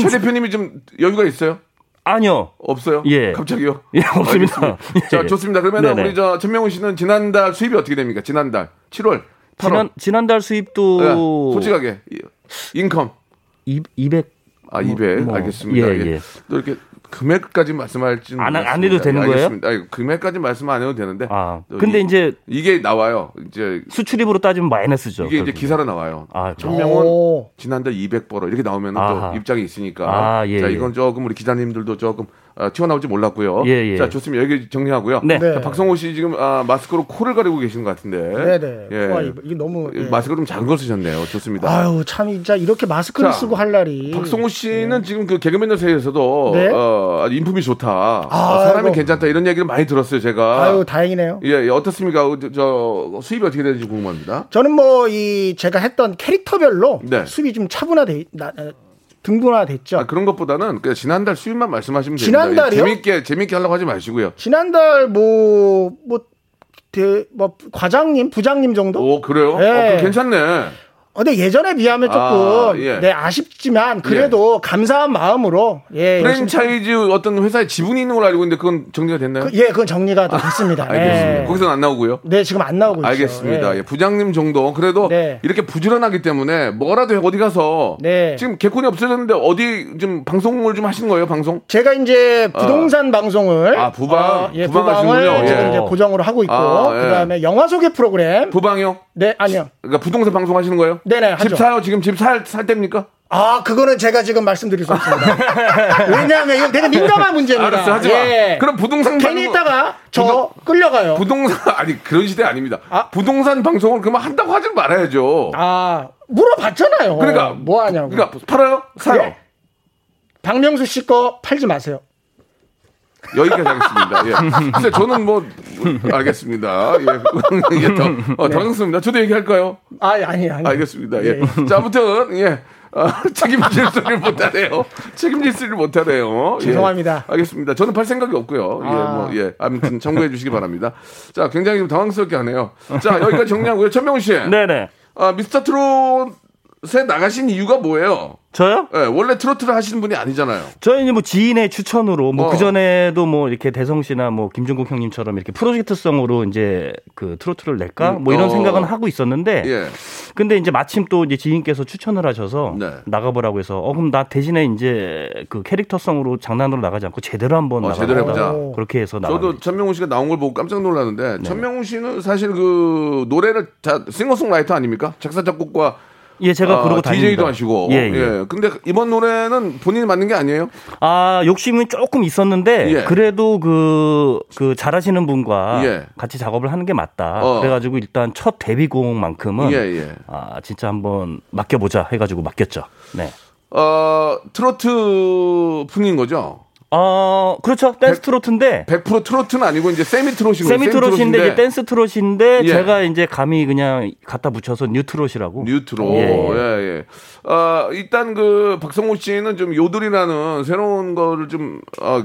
최 대표님이 좀 여유가 있어요?
아니요.
없어요?
예.
갑자기요?
예, 없습니다.
알겠습니다. 자,
예.
좋습니다. 그러면
네네.
우리 저 천명훈 씨는 지난달 수입이 어떻게 됩니까? 지난달 7월, 8월.
지난 지난달 수입도
예, 솔직하게 이- 인컴
200
아 200.
뭐,
알겠습니다.
예,
예.
예.
또 이렇게 금액까지 말씀할지는
안- 안
모르겠습니다.
해도 되는
예,
거예요?
알겠습니다. 아니, 금액까지 말씀 안 해도 되는데.
아,
또
근데
이-
이제
이게 나와요. 이제
수출입으로 따지면 마이너스죠.
이게 이제
결국은.
기사로 나와요.
아,
천명은 지난달 200 벌어 이렇게 나오면
아하.
또 입장이 있으니까.
아, 예,
자
예.
이건 조금 우리 기자님들도 조금 아, 튀어나올지 몰랐고요.
예, 예.
자 좋습니다. 여기 정리하고요.
네.
자, 박성호 씨 지금 아, 마스크로 코를 가리고 계신 것 같은데.
네네.
예.
와, 이거- 이거 너무. 예.
마스크 좀 작은 걸 쓰셨네요. 좋습니다.
아유 참 진짜 이렇게 마스크를
자,
쓰고 할 날이.
박성호 씨는 지금 그 개그맨들 사이에서도
음, 네.
어, 아주 인품이 좋다.
아이고.
사람이 괜찮다 이런 얘기를 많이 들었어요. 제가.
아유 다행이네요.
예, 예, 어떻습니까? 어, 저, 저 수입이 어떻게 되는지 궁금합니다.
저는 뭐 이 제가 했던 캐릭터별로
네.
수입이 좀 차분화돼 있- 나- 어, 등분화됐죠.
아, 그런 것보다는 그냥 지난달 수입만 말씀하시면 됩니다. 예,
지난달이요?
재밌게 재밌게 하려고 하지 마시고요.
지난달 뭐뭐 대- 뭐 과장님, 부장님 정도?
오 그래요?
예.
어, 그럼 괜찮네.
어, 근데 예전에 비하면 조금
아, 예.
네, 아쉽지만 그래도 감사한 마음으로 예, 열심히
프랜차이즈 어떤 회사에 지분이 있는 걸로 알고 있는데 그건 정리가 됐나요?
그- 예, 그건 정리가 다 됐습니다. 네.
알겠습니다. 거기서는 안 나오고요.
네, 지금 안 나오고 있어요.
알겠습니다.
예. 네.
예, 부장님 정도 그래도 이렇게 부지런하기 때문에 뭐라도 어디 가서 지금 개콘이 없어졌는데 어디 좀 방송을 좀 하시는 거예요? 방송?
제가 이제 부동산 방송을
어. 아, 부방.
어, 예,
부방
부방을
하시는군요.
지금
예.
이제 고정으로 하고 있고
아, 예.
그다음에 영화 소개 프로그램
부방요?
네, 아니요.
그러니까 부동산 방송 하시는 거예요?
네네, 하죠.
집 사요? 지금 집 살 살 때입니까?
아, 그거는 제가 지금 말씀드릴 수 없습니다. 왜냐하면 이건 되게 민감한 문제입니다. 예,
알았어, 하지 마. 그럼 부동산
괜히
방송-
있다가 저 끌려가요.
부동산 아니 그런 시대 아닙니다. 부동산 방송을 그만 한다고 하지 말아야죠.
아 물어봤잖아요.
그러니까
뭐 하냐고. 예.
그러니까 팔아요? 사요?
박명수 씨 거 팔지 마세요.
여기까지 하겠습니다. 예. 근데 저는 뭐 알겠습니다. 예. 예, 더, 어,
네.
더 하겠습니다. 저도 얘기할까요?
아, 아니, 아니.
알겠습니다. 예. 자, 아무튼 예. 아, 책임질 소리를 못하네요. 책임질 소리를 못하네요. 예.
죄송합니다.
알겠습니다. 저는 팔 생각이 없고요.
아.
예, 뭐, 예. 아무튼 참고해 주시기 바랍니다. 자, 굉장히 좀 당황스럽게 하네요. 자, 여기까지 정리하고요. 천명훈 씨.
네네.
아, 미스터 트롯에 나가신 이유가 뭐예요?
저요?
예, 원래 트로트를 하시는 분이 아니잖아요.
저희 이제 뭐 지인의 추천으로 뭐
어.
그 전에도 뭐 이렇게 대성 씨나 뭐 김종국 형님처럼 이렇게 프로젝트성으로 이제 그 트로트를 낼까
음,
뭐 이런
어.
생각은 하고 있었는데
예.
근데 이제 마침 또 이제 지인께서 추천을 하셔서
네.
나가보라고 해서 어 그럼 나 대신에 이제 그 캐릭터성으로 장난으로 나가지 않고 제대로 한번
어,
나가
제대로 해보자.
그렇게 해서 나가.
저도 천명훈 씨가 나온 걸 보고 깜짝
네.
놀랐는데 천명훈 씨는 사실 그 노래를 자, 싱어송라이터 아닙니까? 작사 작곡과
예, 제가
DJ도
그러고 다닙니다.
아, 어, 하시고.
예,
예,
예.
근데 이번 노래는 본인이 만든 게 아니에요?
아 욕심은 조금 있었는데
예.
그래도 그, 그 잘하시는 분과
예.
같이 작업을 하는 게 맞다.
어.
그래가지고 일단 첫 데뷔곡만큼은
예, 예.
아 진짜 한번 맡겨보자 해가지고 맡겼죠. 네.
어, 트로트 풍인 거죠?
어, 그렇죠. 댄스 트로트인데
100% 트로트는 아니고 이제 세미 트로트인 거죠.
세미 트롯인데 이게 댄스 트롯인데
예.
제가 이제 감히 그냥 갖다 붙여서 뉴 트롯이라고. 뉴
트롯. 오, 예, 예. 아, 일단 그 박성호 씨는 좀 요들이라는 새로운 거를 좀 아,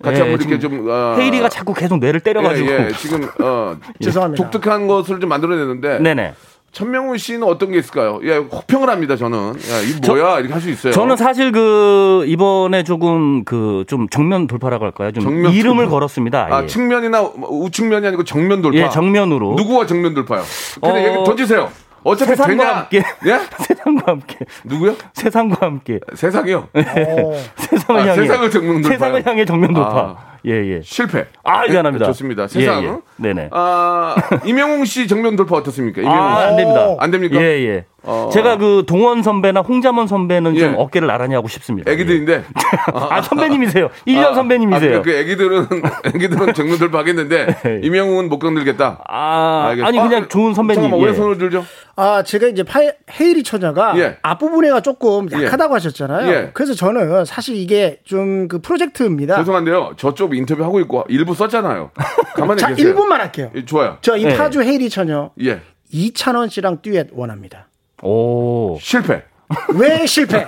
같이
예,
한번 이렇게
지금
좀 아,
헤이리가 자꾸 계속 뇌를 때려가지고.
예, 예. 지금 어,
죄송합니다.
독특한 것을 좀 만들어내는데
네네.
천명훈 씨는 어떤 게 있을까요? 예, 혹평을 합니다. 저는 야, 이
저-
뭐야 이렇게 할 수 있어요.
저는 사실 그 이번에 조금 그 좀 정면 돌파라고 할까요? 좀
정면
이름을
돌파.
걸었습니다. 아예.
아, 측면이나 우측면이 아니고 정면 돌파.
예, 정면으로.
누구와 정면 돌파요? 근데
어,
얘기 던지세요. 어차피
세상과
되냐?
함께.
예?
세상과 함께.
누구요?
세상과 함께.
세상이요?
예.
어.
세상을
아,
향해.
세상을 정면 돌파요?
세상을 향해 정면 돌파.
아.
예, 예.
실패.
아,
예,
미안합니다.
좋습니다.
예,
세상.
예. 네네.
아, 임영웅 씨 정면 돌파 어떻습니까? 임영웅
아,
씨.
안 됩니다.
안 됩니까?
예, 예.
어. 예.
제가 그 동원 선배나 홍자먼 선배는 좀 어깨를 나란히 하고 싶습니다.
애기들인데.
아, 예. 선배님이세요. 1년
아,
선배님이세요. 예.
아, 그 애기들은 애기들은 정면 돌파하겠는데 임영웅은 못 건들겠다.
아,
알겠-
아니, 그냥 좋은 선배님,
잠깐만 왜
예.
손을 들죠?
아, 제가 이제 파, 헤이리 처자가
예.
앞부분에가 조금
예.
약하다고 하셨잖아요.
예.
그래서 저는 사실 이게 좀 그 프로젝트입니다.
죄송한데요. 저쪽 인터뷰 하고 있고 일부 썼잖아요. 가만히
자,
계세요.
1분만 할게요.
예, 좋아요.
저 이 파주 헤이리 처녀
예.
이찬원 씨랑 듀엣 원합니다.
오.
실패.
왜 실패?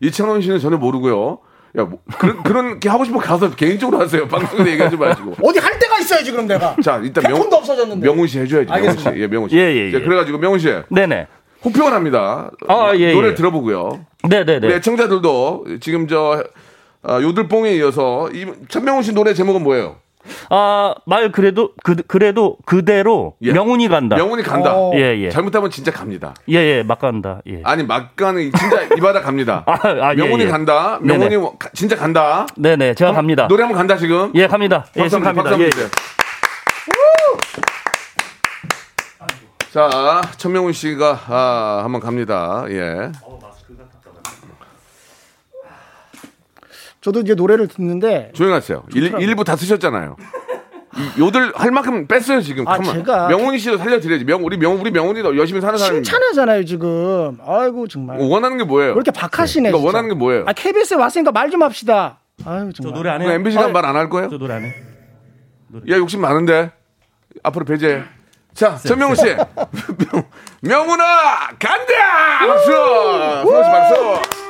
이창원 씨는 전혀 모르고요. 야, 뭐, 그런, 그런 게 하고 싶으면 가서 개인적으로 하세요. 방송에 얘기하지 마시고.
어디 할 데가 있어야지 그럼 내가.
자, 일단 명,
태권도 없어졌는데.
명훈 씨 해줘야지. 명훈 씨.
알겠습니다.
예, 명훈 씨.
예, 예,
자,
예.
그래가지고 명훈 씨.
네네.
호평을 합니다.
아, 예,
노래
예.
들어보고요.
네네네.
우리 애청자들도 지금 저 아, 요들뽕에 이어서 이, 천명훈 씨 노래 제목은 뭐예요?
아, 말 그래도, 그, 그래도 그대로 명운이 간다.
예. 명훈이 간다.
어.
예, 예.
잘못하면 진짜 갑니다.
예, 예, 막 간다. 예.
아니 막간은 진짜 이 바다 갑니다.
아, 예,
명훈이
예.
간다.
네네.
명훈이 가- 진짜 간다.
네네, 제가 갑니다.
노래 한번 간다 지금.
예, 갑니다. 예,
박수
지금
한번
갑니다.
박수
예.
한번 주세요. 자, 천명훈 씨가 아, 한번 갑니다. 예.
저도 이제 노래를 듣는데
조용하세요. 일,
좋더라고요.
일부 다 쓰셨잖아요. 이- 요들 할 만큼 뺐어요 지금.
아,
가만.
제가-
명훈이 씨도 살려드려야지. 명 우리 명 우리 명훈이 더 열심히 사는 사람입니다.
칭찬하잖아요 지금. 아이고 정말.
원하는 게 뭐예요?
왜 이렇게 박하시네.
그러니까
진짜.
원하는 게 뭐예요?
아 KBS에 왔으니까 말 좀 합시다. 아유 정말.
노래 안 해요.
그럼 MBC가 말 안 할 거예요? 저
노래 안 해.
야 욕심 많은데 앞으로 배제해. 자
네.
전명훈 씨, 명- 명훈아 간다. 박수. 박수 박수.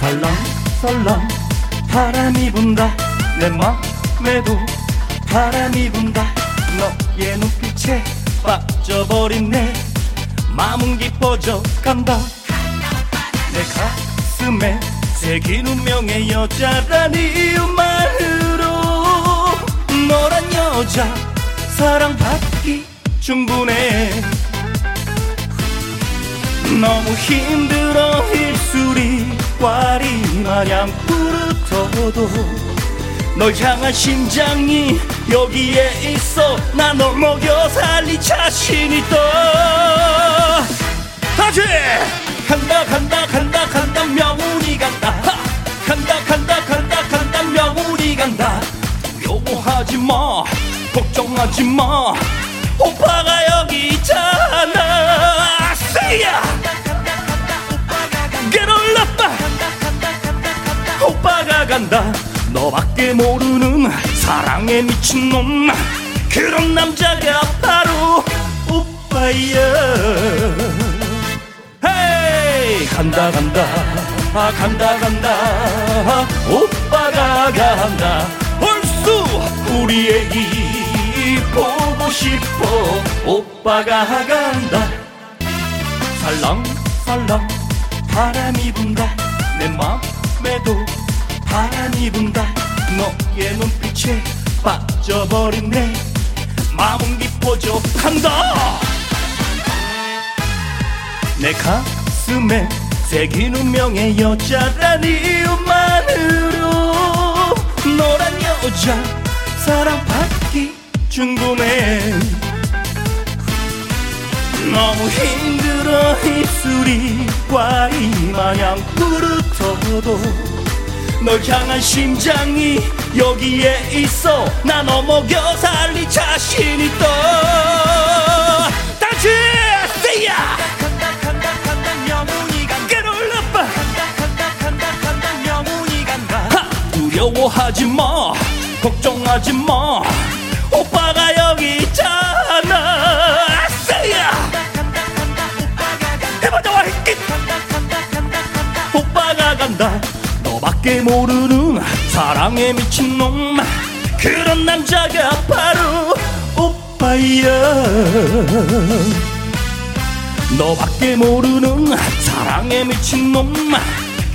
설렁설렁 바람이 분다 내 맘에도 바람이 분다 너의 눈빛에 빠져버린 내 마음은 깊어져 간다 내 가슴에 새긴 운명의 여자란 이유만으로 너란 여자 사랑받기 충분해 너무 힘들어 입술이 꽈리 마냥 부르터도 널 향한 심장이 여기에 있어 나 널 먹여 살릴 자신 있다 다시 간다 간다 간다 간다 명운이 간다 하! 간다 간다 간다 간다 명운이 간다 요구하지 마 걱정하지 마 오빠가 여기 있잖아 세야 Get on up 오빠가 간다 너밖에 모르는 사랑에 미친 놈 그런 남자가 바로 오빠야 헤이 간다 간다 아 간다 간다 아, 오빠가 간다 홀수 우리 애기 보고 싶어 오빠가 간다 살랑살랑 바람이 분다 내 맘에도 바람이 분다 너의 눈빛에 빠져버린 내 마음은 깊어져 간다 내 가슴에 새기는 명의 여자란 이유만으로 너란 여자 사랑받기 궁금해 너무 힘들어 입술이 과이 마냥 부르터도 널 향한 심장이 여기에 있어 나 너 먹여 살릴 자신 있다 다시 s 야 끌어올라봐 두려워하지 마 걱정하지 마 오빠가 여기 있잖아 아싸야 해보자 와 히킷 오빠가 간다 너밖에 모르는 사랑에 미친 놈 그런 남자가 바로 오빠야 너밖에 모르는 사랑에 미친 놈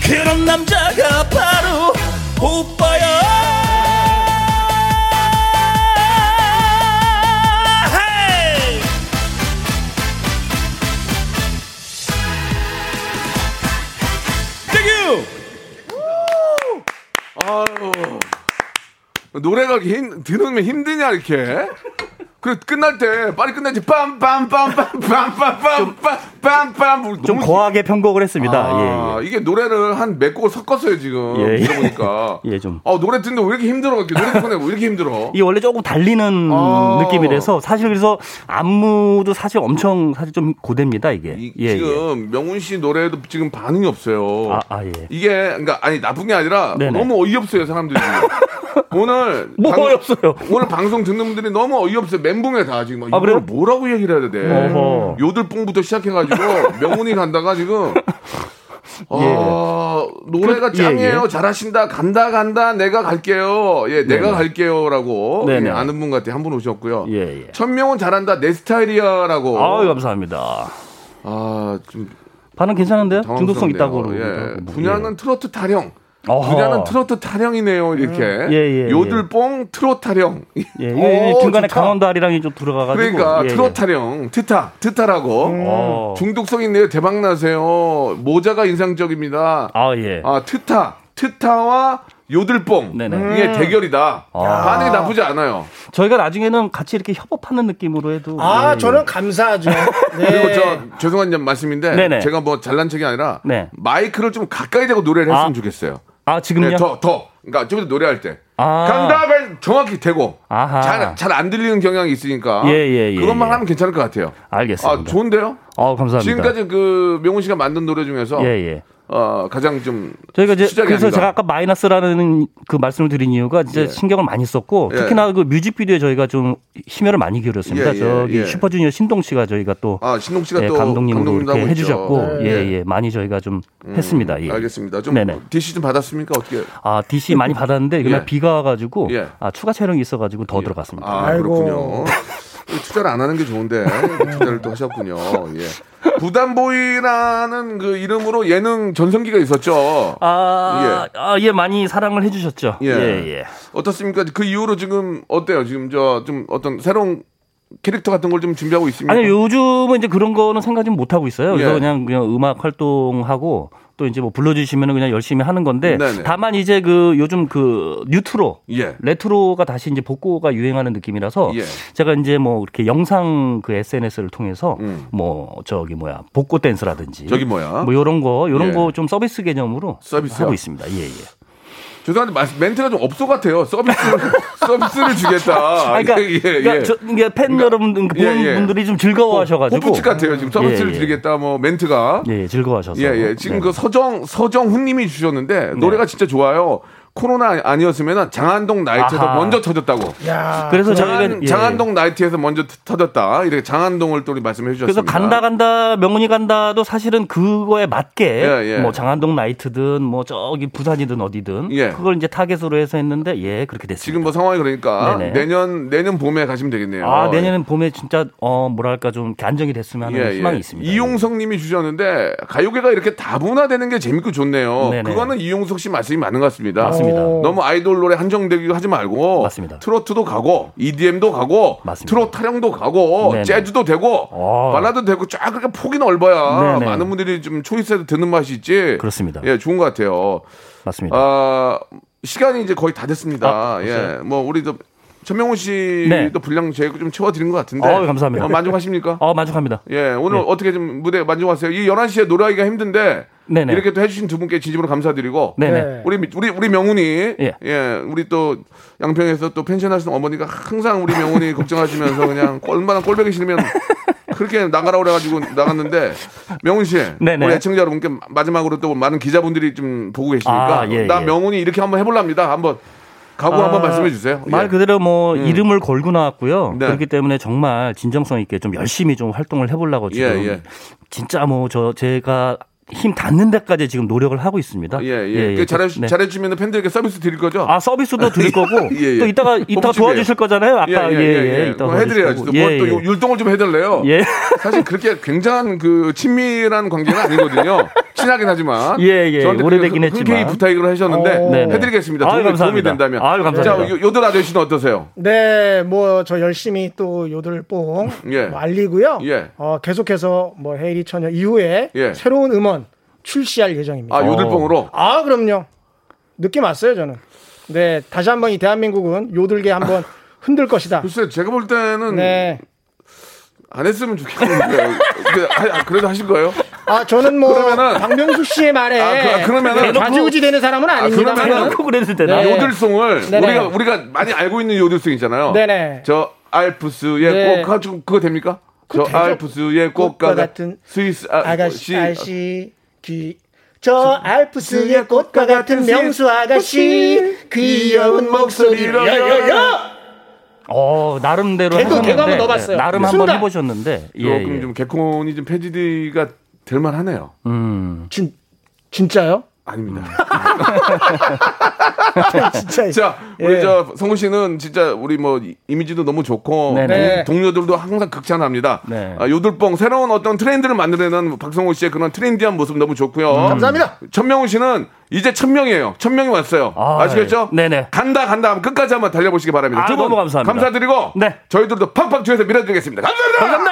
그런 남자가 바로 오빠야 헤이!
땡큐! 아유. 노래가 이렇게 힘, 들으면 힘드냐, 이렇게. 그래, 끝날 때, 빨리 끝내지. 빰, 빰, 빰, 빰, 빰, 빰, 빰, 빰, 빰, 빰.
좀
너무
거하게 편곡을 했습니다.
아, 이게 노래를 한 몇 곡을 섞었어요, 지금.
예, 예.
들어보니까.
예, 예. 예, 좀.
아, 노래 듣는데 왜 이렇게 힘들어? 이렇게 노래 듣고 내고 왜 이렇게 힘들어?
이게 원래 조금 달리는
아.
느낌이라서 사실 그래서 안무도 사실 엄청 사실 좀 고됩니다 이게. 예, 예.
지금 명훈 씨 노래도 지금 반응이 없어요.
아, 아, 예.
이게 그러니까 아니 나쁜 게 아니라
네네.
너무 어이없어요 사람들이. 오늘
뭐
어이없어요? 오늘 방송 듣는 분들이 너무 어이없어요. 멘붕에 다 지금
아,
이걸
그래요?
뭐라고 얘기를 해야 돼?
어허.
요들뽕부터 시작해가지고 명훈이 간다가 지금. 아, 노래가
예. 그- 예,
짱이에요.
예.
잘하신다. 간다, 간다. 내가 갈게요. 예, 내가
네네.
갈게요라고
네네. 예.
예, 아는 분 같아 한분 오셨고요. 천명은 잘한다. 내 스타일이야라고.
아유 감사합니다.
아, 좀
반응 괜찮은데요?
당황스럽네요.
어? 중독성 있다고 그러고.
예.
그러고. 뭐, 예.
분야는 트로트 타령.
어허.
분야는 트로트 타령이네요. 이렇게
음. 예, 예, 예.
요들뽕 트로트 타령.
예, 예,
오,
중간에
어, 좋다.
강원도 아리랑이 좀 들어가가지고.
그러니까
예, 예.
트로트 타령, 트타, 트타라고.
어.
중독성 있네요. 대박 나세요. 모자가 인상적입니다.
아 예.
아 트타, 트타와 요들뽕 이게
음.
대결이다. 반응이 나쁘지 않아요.
저희가 나중에는 같이 이렇게 협업하는 느낌으로 해도.
아,
예,
저는 감사하죠.
음. 그리고
네.
저 죄송한 말씀인데
네네.
제가 뭐 잘난 척이 아니라
네.
마이크를 좀 가까이 대고 노래를 했으면 좋겠어요.
아 지금요?
네, 더 더. 그러니까 좀 이따 노래할 때
아.
간다가 정확히 되고
아하.
잘잘 안 들리는 경향이 있으니까
예, 예, 예,
그것만
예.
하면 괜찮을 것 같아요.
알겠습니다.
아 좋은데요?
아 감사합니다.
지금까지 그 명훈 씨가 만든 노래 중에서
예, 예.
어, 가장 좀
저희가 이제
수작이
그래서
아닌가.
제가 아까 마이너스라는 그 말씀을 드린 이유가 진짜 신경을 많이 썼고
예.
특히나 그 뮤직비디오에 저희가 좀 심혈을 많이 기울였습니다.
예, 예,
저기
예.
슈퍼주니어 신동 씨가 저희가 또
아, 신동 씨가
예,
또
감독님으로
감독님도
이렇게
하고 있죠.
해주셨고
네.
예예
예.
많이 저희가 좀
음,
했습니다. 예.
알겠습니다. 좀
네네.
DC 좀 받았습니까? 어떻게?
아 DC 많이 받았는데 그날
예.
비가 와가지고
예.
아, 추가 촬영이 있어가지고 더 들어갔습니다.
아 그렇군요. 투자를 안 하는 게 좋은데 투자를 또 하셨군요. 예. 부담보이라는 그 이름으로 예능 전성기가 있었죠.
아, 아, 예, 많이 사랑을 해주셨죠.
예.
예, 예.
어떻습니까? 그 이후로 지금 어때요? 지금 저 좀 어떤 새로운 캐릭터 같은 걸 좀 준비하고 있습니까?
아니 요즘은 이제 그런 거는 생각 좀 못 하고 있어요. 그래서
예.
그냥 그냥 음악 활동하고
또 이제 뭐 불러주시면 그냥 열심히 하는 건데
네네.
다만 이제 그 요즘 그 뉴트로
예.
레트로가 다시 이제 복고가 유행하는 느낌이라서
예.
제가 이제 뭐 이렇게 영상 그 SNS를 통해서 뭐 저기 뭐야 복고 댄스라든지
음. 저기 뭐야?
뭐 요런 거 요런
예.
거 좀 서비스 개념으로
서비스요?
하고 있습니다. 예 예.
죄송한데 마- 멘트가 좀 업소 같아요. 서비스를 서비스를 주겠다.
아, 그러니까,
예, 예,
그러니까
예.
저- 그러니까 팬 여러분들 그 보는
예, 예.
분들이 좀 즐거워하셔가지고
호프집 같아요. 지금 서비스를
예, 예.
드리겠다. 뭐 멘트가
예, 즐거워하셔서.
예, 예. 지금
네.
그 서정 서정훈님이 주셨는데 노래가 진짜 좋아요. 코로나 아니었으면 장안동 나이트에서
아하.
먼저 터졌다고.
야.
그래서
아, 장안,
저희가- 예,
장안동 나이트에서 먼저 터- 터졌다. 이렇게 장안동을 또 우리 말씀해
그래서
주셨습니다.
간다 간다 명훈이 간다도 사실은 그거에 맞게
예, 예.
뭐 장안동 나이트든 뭐 저기 부산이든 어디든
예.
그걸 이제 타겟으로 해서 했는데 예 그렇게 됐습니다.
지금 뭐 상황이 그러니까
네네.
내년 내년 봄에 가시면 되겠네요.
아 내년엔 봄에 진짜 어 뭐랄까 좀 이렇게 안정이 됐으면 하는 희망이 있습니다.
예, 이용성님이 주셨는데 가요계가 이렇게 다문화되는 게 재밌고 좋네요.
네네.
그거는 이용석 씨 말씀이 맞는 것 같습니다.
맞습니다.
어,
오.
너무 아이돌 노래 한정되기도 하지 말고 트로트도 가고 EDM도 가고 트로트 타령도 가고
네네. 아.
재즈도 되고 발라드 되고 쫙 그렇게 폭이 넓어야
네네.
많은 분들이 좀 초이스해도 듣는 맛이 있지.
그렇습니다.
예, 좋은 것 같아요.
맞습니다.
아, 시간이 이제 거의 다 됐습니다.
아,
예,
벌써요?
뭐 우리도 전명훈 씨도
네.
분량 제가 좀 채워드린 것 같은데.
어우, 감사합니다.
어, 만족하십니까?
어 만족합니다.
예, 오늘
네.
어떻게 좀 무대 만족하세요? 이 11시에 노래하기가 힘든데
네네.
이렇게 또 해주신 두 분께 진심으로 감사드리고
네네.
우리 우리 우리 명훈이 예. 우리 또 양평에서 또 펜션하시는 어머니가 항상 우리 명훈이 걱정하시면서 그냥 얼마나 꼴보기 싫으면 그렇게 나가라고 그래가지고 나갔는데 명훈 씨
네네.
우리 애청자 여러분께 마지막으로 또 많은 기자분들이 좀 보고 계시니까
아, 예,
나
예.
명훈이 이렇게 한번 해볼랍니다 한번 각오 한번
아,
말씀해 주세요
말
예.
그대로 뭐
음.
이름을 걸고 나왔고요.
네.
그렇기 때문에 정말 진정성 있게 좀 열심히 좀 활동을 해보려고 지금
예, 예.
진짜 뭐 저 제가 힘 닿는 데까지 지금 노력을 하고 있습니다.
예, 예. 그 잘해,
네.
잘해주면 팬들에게 서비스 드릴 거죠?
아 서비스도 드릴 거고
예, 예.
또 이따가 이따
호프집에.
도와주실 거잖아요. 아까
예, 예, 예, 예.
이따
그거 해드려야지. 또
도와주실 거고.
뭐 또 율동을 좀 해달래요.
예.
사실 그렇게 굉장한 그 친밀한 관계는 아니거든요. 친하긴 하지만.
예, 예.
저한테
오래되긴
흔- 흔쾌히
했지만.
부탁을 하셨는데
오. 네네.
해드리겠습니다.
아유,
도움이, 도움이
감사합니다.
된다면.
아유, 감사합니다.
자, 요- 요들 아저씨는 어떠세요?
네, 뭐 저 열심히 또 요들뽕
예.
뭐 알리고요.
예.
어, 계속해서 뭐 헤이리 처녀 이후에
예.
새로운 음원 출시할 예정입니다.
어.
아, 요들뽕으로?
아, 그럼요. 느낌 왔어요, 저는. 네, 다시 한번 이 대한민국은 요들게 한번 흔들 것이다.
글쎄, 제가 볼 때는
네.
안 했으면 좋겠는데. 그, 아, 그래도 하실 거예요?
아, 저는 뭐
그러면은-
박명수 씨의 말에
아, 그- 그러면은-
네, 좌지우지 되는 사람은
아,
아닙니다.
예.
그러면은
그랬을
네.
예. 요들송을
네네.
우리가 우리가 많이 알고 있는 요들송 있잖아요.
네네.
저 알프스의
네.
꽃가 좀 그거 됩니까? 저
되죠.
알프스의 꽃가
꽃과
같은
같은
스위스
아가씨,
어, 아가씨
아가씨, 귀. 저 알프스의 꽃과 같은 명수 아가씨, 귀여운 목소리로. 야, 야, 야!
어 나름대로
개그,
하셨는데,
개그 한번 넣어봤어요.
네, 나름
순간.
한번 해보셨는데 예,
조금
예.
좀 개콘이 좀 폐지가 될 만하네요.
음.
진 진짜요?
아닙니다.
진짜.
아, 자, 우리
예.
저 성우 씨는 진짜 우리 뭐 이- 이미지도 너무 좋고
네네.
동- 동료들도 항상 극찬합니다.
네.
아, 요들뽕 새로운 어떤 트렌드를 만들어내는 박성우 씨의 그런 트렌디한 모습 너무 좋고요.
음.
음.
감사합니다.
천명우 씨는 이제 천명이에요. 천명이 왔어요. 아, 시겠죠
예. 네네.
간다 간다 하면 끝까지 한번 달려보시기 바랍니다.
아,
두 분
너무 감사합니다.
감사드리고 저희들도 팍팍 뒤에서 밀어드리겠습니다. 네. 감사합니다.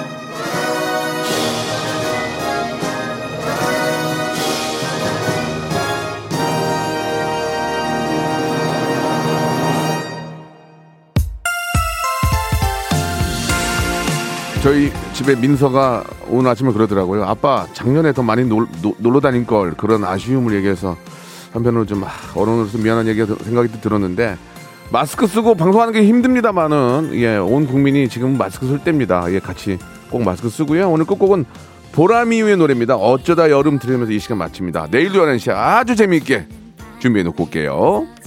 저희 집에 민서가 오늘 아침에 그러더라고요. 아빠 작년에 더 많이 놀, 러 다닐 걸 그런 아쉬움을 얘기해서 한편으로 좀 아, 어른으로서 미안한 얘기가 들- 생각이 들었는데 마스크 쓰고 방송하는 게 힘듭니다만은 예온 국민이 지금 마스크 쓸 때입니다. 예 같이 꼭 마스크 쓰고요. 오늘 끝곡은 보라미유의 노래입니다. 어쩌다 여름 들으면서 이 시간 마칩니다. 내일도 11시에 아주 재미있게 준비해 놓고 올게요.